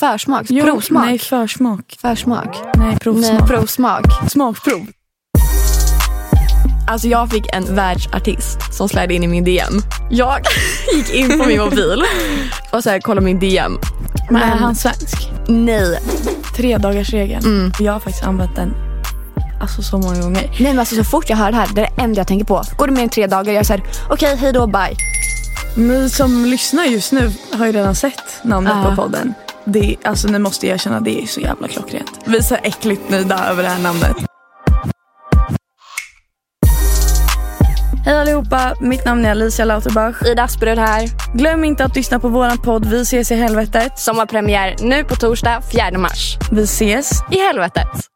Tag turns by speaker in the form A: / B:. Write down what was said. A: Försmak?
B: Jo,
A: provsmak?
B: Nej, försmak.
A: Försmak?
B: Nej, provsmak.
A: Nej, provsmak.
B: Smakprov.
A: Alltså jag fick en världsartist som släde in i min DM. Jag gick in på min mobil och så här, kollade min DM.
B: Men är han svensk?
A: Nej.
B: Tre dagars regeln.
A: Mm.
B: Jag har faktiskt använt den alltså, så många gånger.
A: Nej men alltså så fort jag hör det här, det är det enda jag tänker på. Går det mer än tre dagar, jag är såhär, okej hej då, bye.
B: Ni som lyssnar just nu har ju redan sett namnet
A: Ja.
B: på podden. Det, är- alltså, ni måste erkänna, det är så jävla klockrent. Vi är så äckligt nöjda över det här namnet. Hej allihopa, mitt namn är Alicia Lauterbach.
A: Ida Asperud här.
B: Glöm inte att lyssna på våran podd Vi ses i helvetet.
A: Sommarpremiär nu på torsdag 4 mars.
B: Vi ses!
A: I helvetet.